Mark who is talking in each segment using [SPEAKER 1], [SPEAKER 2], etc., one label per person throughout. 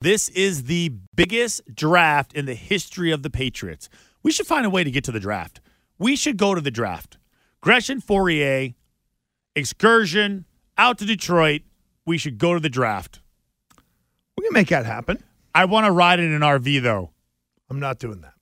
[SPEAKER 1] This is the biggest draft in the history of the Patriots. We should find a way to get to the draft. We should go to the draft. Gresham Fourier, excursion out to Detroit. We should go to the draft.
[SPEAKER 2] We can make that happen.
[SPEAKER 1] I want to ride in an RV though.
[SPEAKER 2] I'm not doing that.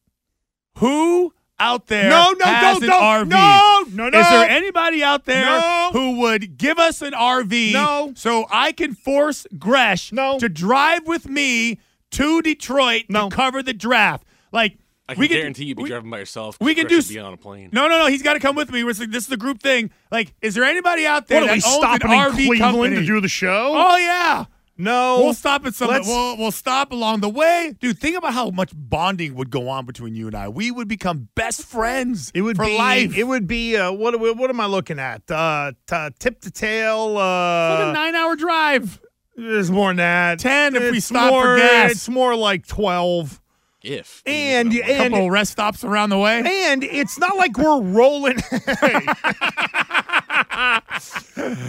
[SPEAKER 1] Who out there?
[SPEAKER 2] No, no,
[SPEAKER 1] has an
[SPEAKER 2] don't, don't.
[SPEAKER 1] RV?
[SPEAKER 2] No, no, no.
[SPEAKER 1] Is there anybody out there
[SPEAKER 2] No.
[SPEAKER 1] who would give us an RV?
[SPEAKER 2] No.
[SPEAKER 1] So I can force Gresh
[SPEAKER 2] No.
[SPEAKER 1] to drive with me to Detroit
[SPEAKER 2] No.
[SPEAKER 1] to cover the draft. Like
[SPEAKER 3] I can
[SPEAKER 1] we
[SPEAKER 3] guarantee you'd be
[SPEAKER 1] we-
[SPEAKER 3] driving by yourself.
[SPEAKER 1] we can
[SPEAKER 3] Chris
[SPEAKER 1] do
[SPEAKER 3] would be
[SPEAKER 1] s-
[SPEAKER 3] on a plane.
[SPEAKER 1] No, no, no. He's got to come with me. It's like, this is the group thing. Like, is there anybody out there
[SPEAKER 2] what are
[SPEAKER 1] that
[SPEAKER 2] we
[SPEAKER 1] owns an
[SPEAKER 2] stopping in
[SPEAKER 1] RV
[SPEAKER 2] Cleveland
[SPEAKER 1] company?
[SPEAKER 2] to do the show?
[SPEAKER 1] oh yeah.
[SPEAKER 2] no,
[SPEAKER 1] We'll stop at some.
[SPEAKER 2] let's-
[SPEAKER 1] We'll, we'll stop along the way, dude. Think about how much bonding would go on between you and I. We would become best friends.
[SPEAKER 2] It would
[SPEAKER 1] for
[SPEAKER 2] be.
[SPEAKER 1] life.
[SPEAKER 2] It would be. Uh, what? What am I looking at? Uh, t- tip to tail.
[SPEAKER 1] like a
[SPEAKER 2] Uh,
[SPEAKER 1] nine-hour drive.
[SPEAKER 2] there's more than that.
[SPEAKER 1] 10 if we
[SPEAKER 2] It's
[SPEAKER 1] stop for
[SPEAKER 2] more-
[SPEAKER 1] gas.
[SPEAKER 2] It's more like twelve.
[SPEAKER 3] If
[SPEAKER 2] And
[SPEAKER 3] you
[SPEAKER 2] and
[SPEAKER 1] Couple rest stops around the way.
[SPEAKER 2] and it's not like we're rolling.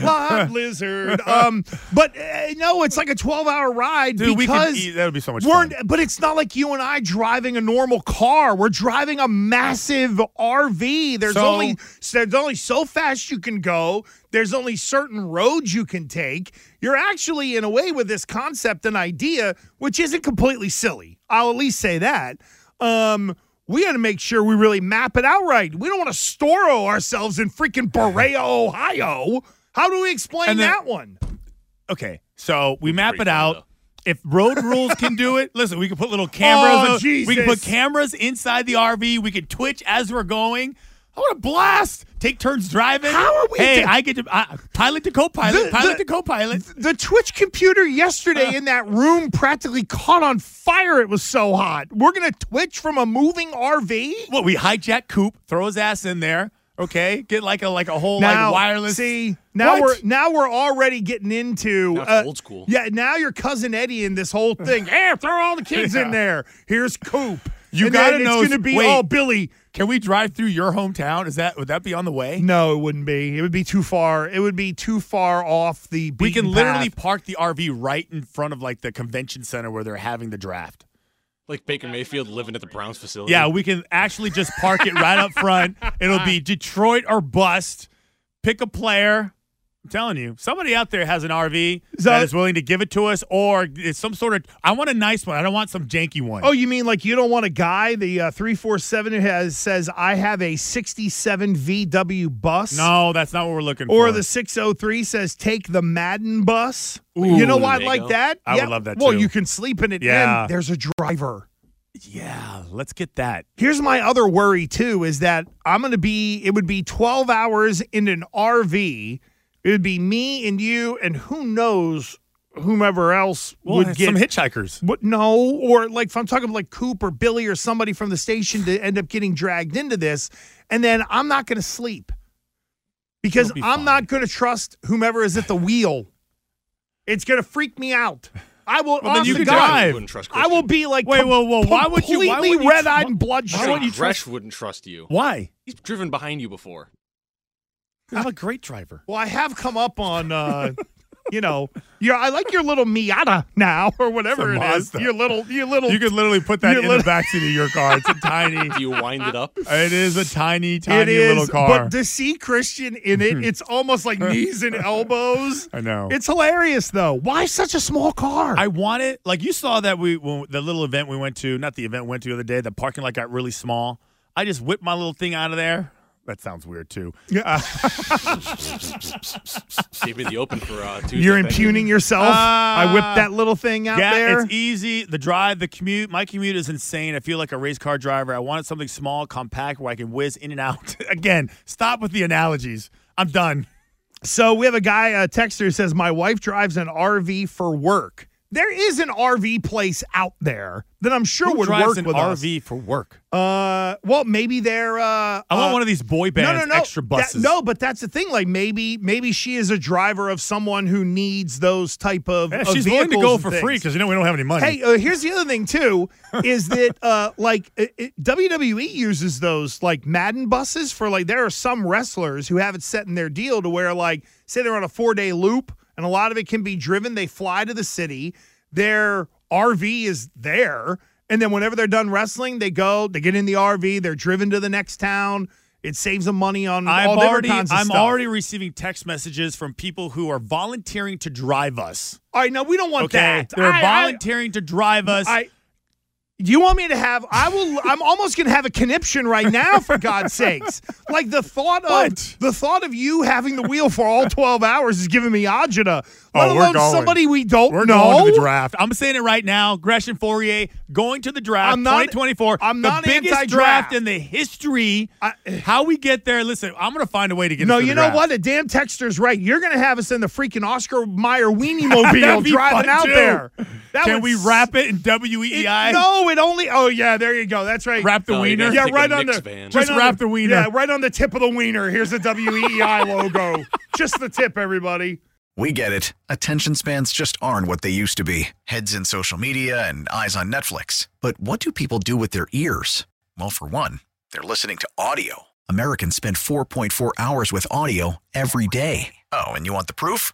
[SPEAKER 2] Lot lizard. Um, but uh, no, it's like a twelve-hour ride
[SPEAKER 1] Dude, we
[SPEAKER 2] because
[SPEAKER 1] could eat. That would be so much
[SPEAKER 2] we're.
[SPEAKER 1] fun.
[SPEAKER 2] But it's not like you and I driving a normal car. We're driving a massive RV. There's
[SPEAKER 1] So-
[SPEAKER 2] only there's only so fast you can go. There's only certain roads you can take. You're actually in a way with this concept and idea, which isn't completely silly. I'll at least say that. Um, we got to make sure we really map it out right. We don't want to Storo ourselves in freaking Borreo, Ohio. How do we explain
[SPEAKER 1] And then-
[SPEAKER 2] that one?
[SPEAKER 1] Okay, so we map
[SPEAKER 3] pretty
[SPEAKER 1] it
[SPEAKER 3] fun,
[SPEAKER 1] out.
[SPEAKER 3] though.
[SPEAKER 1] If road rules can do it, listen, we can put little cameras.
[SPEAKER 2] Oh,
[SPEAKER 1] We can put
[SPEAKER 2] Jesus.
[SPEAKER 1] cameras inside the RV. We can twitch as we're going. I want a blast. Take turns driving.
[SPEAKER 2] How are we
[SPEAKER 1] Hey,
[SPEAKER 2] di-
[SPEAKER 1] I get to I, pilot to co-pilot,
[SPEAKER 2] The-
[SPEAKER 1] pilot
[SPEAKER 2] the-
[SPEAKER 1] to co-pilot.
[SPEAKER 2] The Twitch computer yesterday in that room practically caught on fire. It was so hot. We're going to Twitch from a moving RV?
[SPEAKER 1] What we hijack Coop, throw his ass in there. Okay, get like a like a whole like wireless.
[SPEAKER 2] See, now
[SPEAKER 1] What?
[SPEAKER 2] we're now we're already getting into uh,
[SPEAKER 3] That's old school.
[SPEAKER 2] Yeah, now your cousin Eddie in this whole thing. hey, throw all the kids
[SPEAKER 1] Yeah.
[SPEAKER 2] in there. Here's Coop.
[SPEAKER 1] You
[SPEAKER 2] And
[SPEAKER 1] gotta
[SPEAKER 2] then
[SPEAKER 1] know-
[SPEAKER 2] It's going to be
[SPEAKER 1] wait.
[SPEAKER 2] all Billy.
[SPEAKER 1] Can we drive through your hometown? Is that would that be on the way?
[SPEAKER 2] No, it wouldn't be. It would be too far. It would be too far off the.
[SPEAKER 1] we
[SPEAKER 2] beaten
[SPEAKER 1] can literally
[SPEAKER 2] path.
[SPEAKER 1] park the RV right in front of like the convention center where they're having the draft.
[SPEAKER 3] like Baker Mayfield living at the Browns facility.
[SPEAKER 1] Yeah, we can actually just park it right up front. It'll be Detroit or bust. Pick a player. I'm telling you, somebody out there has an RV
[SPEAKER 2] So-
[SPEAKER 1] that is willing to give it to us, or it's some sort of. I want a nice one. I don't want some janky one.
[SPEAKER 2] Oh, you mean like you don't want a guy? The uh, three four seven has says I have a sixty seven VW bus.
[SPEAKER 1] no, that's not what we're looking for.
[SPEAKER 2] Or the 603 says, take the Madden bus. you know why I'd
[SPEAKER 3] there you
[SPEAKER 2] like
[SPEAKER 3] go.
[SPEAKER 2] that?
[SPEAKER 1] I would love that
[SPEAKER 2] Well,
[SPEAKER 1] too.
[SPEAKER 2] you can sleep in it.
[SPEAKER 1] Yeah.
[SPEAKER 2] And there's a driver.
[SPEAKER 1] yeah, let's get that.
[SPEAKER 2] Here's my other worry, too, is that I'm going to be, it would be 12 hours in an RV. It would be me and you and who knows whomever else would get.
[SPEAKER 1] some hitchhikers.
[SPEAKER 2] But no, or like if I'm talking like Coop or Billy or somebody from the station to end up getting dragged into this, and then I'm not going to sleep because
[SPEAKER 1] It'll be
[SPEAKER 2] I'm
[SPEAKER 1] fine.
[SPEAKER 2] not going to trust whomever is at the wheel. It's going to freak me out. I will.
[SPEAKER 1] Well, then
[SPEAKER 2] honest
[SPEAKER 1] you
[SPEAKER 2] to
[SPEAKER 1] can
[SPEAKER 2] God,
[SPEAKER 1] drive.
[SPEAKER 3] Wouldn't trust
[SPEAKER 2] I will
[SPEAKER 3] Christian.
[SPEAKER 2] be like
[SPEAKER 1] Wait,
[SPEAKER 2] com-
[SPEAKER 1] whoa, whoa, why would you- why would
[SPEAKER 2] completely
[SPEAKER 1] you tr-
[SPEAKER 2] red-eyed and
[SPEAKER 3] Why
[SPEAKER 2] bloodshot?
[SPEAKER 3] would you Gresh wouldn't trust you.
[SPEAKER 1] Why?
[SPEAKER 3] He's driven behind you before.
[SPEAKER 1] I'm a great driver.
[SPEAKER 2] Well, I have come up on, uh, you know, your, I like your little Miata now or whatever
[SPEAKER 1] It's
[SPEAKER 2] it
[SPEAKER 1] a
[SPEAKER 2] is.
[SPEAKER 1] Mazda.
[SPEAKER 2] Your little, your little.
[SPEAKER 1] You could literally put that
[SPEAKER 2] You
[SPEAKER 1] in the
[SPEAKER 2] lit-
[SPEAKER 1] backseat of your car. It's a tiny.
[SPEAKER 3] Do you wind it up?
[SPEAKER 1] It is a tiny, tiny
[SPEAKER 2] it is,
[SPEAKER 1] little car.
[SPEAKER 2] But to see Christian in it, it's almost like knees and elbows.
[SPEAKER 1] I know.
[SPEAKER 2] It's hilarious though. Why such a small car?
[SPEAKER 1] I want it. Like you saw that we when, the little event we went to, not the event we went to the other day. The parking lot got really small. I just whipped my little thing out of there. That sounds weird too.
[SPEAKER 2] Uh,
[SPEAKER 3] Save me the open for uh, Tuesday.
[SPEAKER 2] you're
[SPEAKER 3] thank you.
[SPEAKER 2] impugning yourself. I whipped that little thing out
[SPEAKER 1] yeah,
[SPEAKER 2] there.
[SPEAKER 1] it's easy. The drive, the commute. My commute is insane. I feel like a race car driver. I wanted something small, compact, where I can whiz in and out. Again, stop with the analogies. I'm done.
[SPEAKER 2] so we have a guy, a texter, who says my wife drives an RV for work. There is an RV place out there that I'm sure
[SPEAKER 1] Who
[SPEAKER 2] would
[SPEAKER 1] drives
[SPEAKER 2] work
[SPEAKER 1] an
[SPEAKER 2] with us.
[SPEAKER 1] RV for work?
[SPEAKER 2] Uh, well, maybe they're. Uh, I
[SPEAKER 1] I want one of these boy bands extra
[SPEAKER 2] That-
[SPEAKER 1] buses.
[SPEAKER 2] no, but that's the thing. Like maybe, maybe she is a driver of someone who needs those type of.
[SPEAKER 1] Yeah,
[SPEAKER 2] of
[SPEAKER 1] she's willing to
[SPEAKER 2] vehicles
[SPEAKER 1] go
[SPEAKER 2] and
[SPEAKER 1] for
[SPEAKER 2] things.
[SPEAKER 1] free because you know we don't have any money.
[SPEAKER 2] Hey, uh, here's the other thing too, is that uh, like it, it- WWE E uses those like Madden buses for like there are some wrestlers who have it set in their deal to where like say they're on a four day loop and a lot of it can be driven. They fly to the city, their RV is there, and then whenever they're done wrestling, they go, they get in the RV, they're driven to the next town. It saves them money on
[SPEAKER 1] I'm
[SPEAKER 2] all
[SPEAKER 1] already
[SPEAKER 2] different kinds of
[SPEAKER 1] I'm
[SPEAKER 2] stuff.
[SPEAKER 1] already receiving text messages from people who are volunteering to drive us.
[SPEAKER 2] all right. No, we don't want
[SPEAKER 1] Okay,
[SPEAKER 2] that.
[SPEAKER 1] they're
[SPEAKER 2] I- I-
[SPEAKER 1] volunteering to drive us.
[SPEAKER 2] I. You want me to have? I will. I'm almost gonna have a conniption right now. For God's sakes! Like the thought of
[SPEAKER 1] What?
[SPEAKER 2] the thought of you having the wheel for all 12 hours is giving me agita. Let
[SPEAKER 1] Oh, we're
[SPEAKER 2] alone
[SPEAKER 1] going.
[SPEAKER 2] somebody we don't
[SPEAKER 1] We're
[SPEAKER 2] know.
[SPEAKER 1] going to the draft. I'm saying it right now. Gresham Fourier going to the draft.
[SPEAKER 2] I'm not-
[SPEAKER 1] 2024.
[SPEAKER 2] I'm
[SPEAKER 1] the
[SPEAKER 2] not
[SPEAKER 1] biggest
[SPEAKER 2] anti-draft.
[SPEAKER 1] draft in the history.
[SPEAKER 2] I-
[SPEAKER 1] How we get there? Listen, I'm going to find a way to get.
[SPEAKER 2] no,
[SPEAKER 1] us to
[SPEAKER 2] you
[SPEAKER 1] the
[SPEAKER 2] know
[SPEAKER 1] draft.
[SPEAKER 2] what? A damn texter's right. You're gonna have us in the freaking Oscar Mayer weenie mobile
[SPEAKER 1] That'd be
[SPEAKER 2] driving
[SPEAKER 1] fun,
[SPEAKER 2] out
[SPEAKER 1] too.
[SPEAKER 2] there. That
[SPEAKER 1] Can
[SPEAKER 2] would
[SPEAKER 1] we
[SPEAKER 2] s-
[SPEAKER 1] wrap it in
[SPEAKER 2] It,
[SPEAKER 1] WEI?
[SPEAKER 2] no, it only. Oh yeah, there you go. That's right.
[SPEAKER 1] Wrap the
[SPEAKER 3] No, you
[SPEAKER 1] wiener.
[SPEAKER 3] gotta
[SPEAKER 2] Yeah,
[SPEAKER 3] Take a
[SPEAKER 2] right on the
[SPEAKER 3] mixed van.
[SPEAKER 2] right
[SPEAKER 1] Just
[SPEAKER 2] on
[SPEAKER 1] wrap
[SPEAKER 2] the,
[SPEAKER 1] the wiener.
[SPEAKER 2] Yeah, right on the tip of the wiener. Here's the WEEI E logo. Just the tip, everybody.
[SPEAKER 4] We get it. Attention spans just aren't what they used to be heads in social media and eyes on Netflix. But what do people do with their ears? Well, for one, they're listening to audio. Americans spend 4.4 hours with audio every day. Oh, and you want the proof?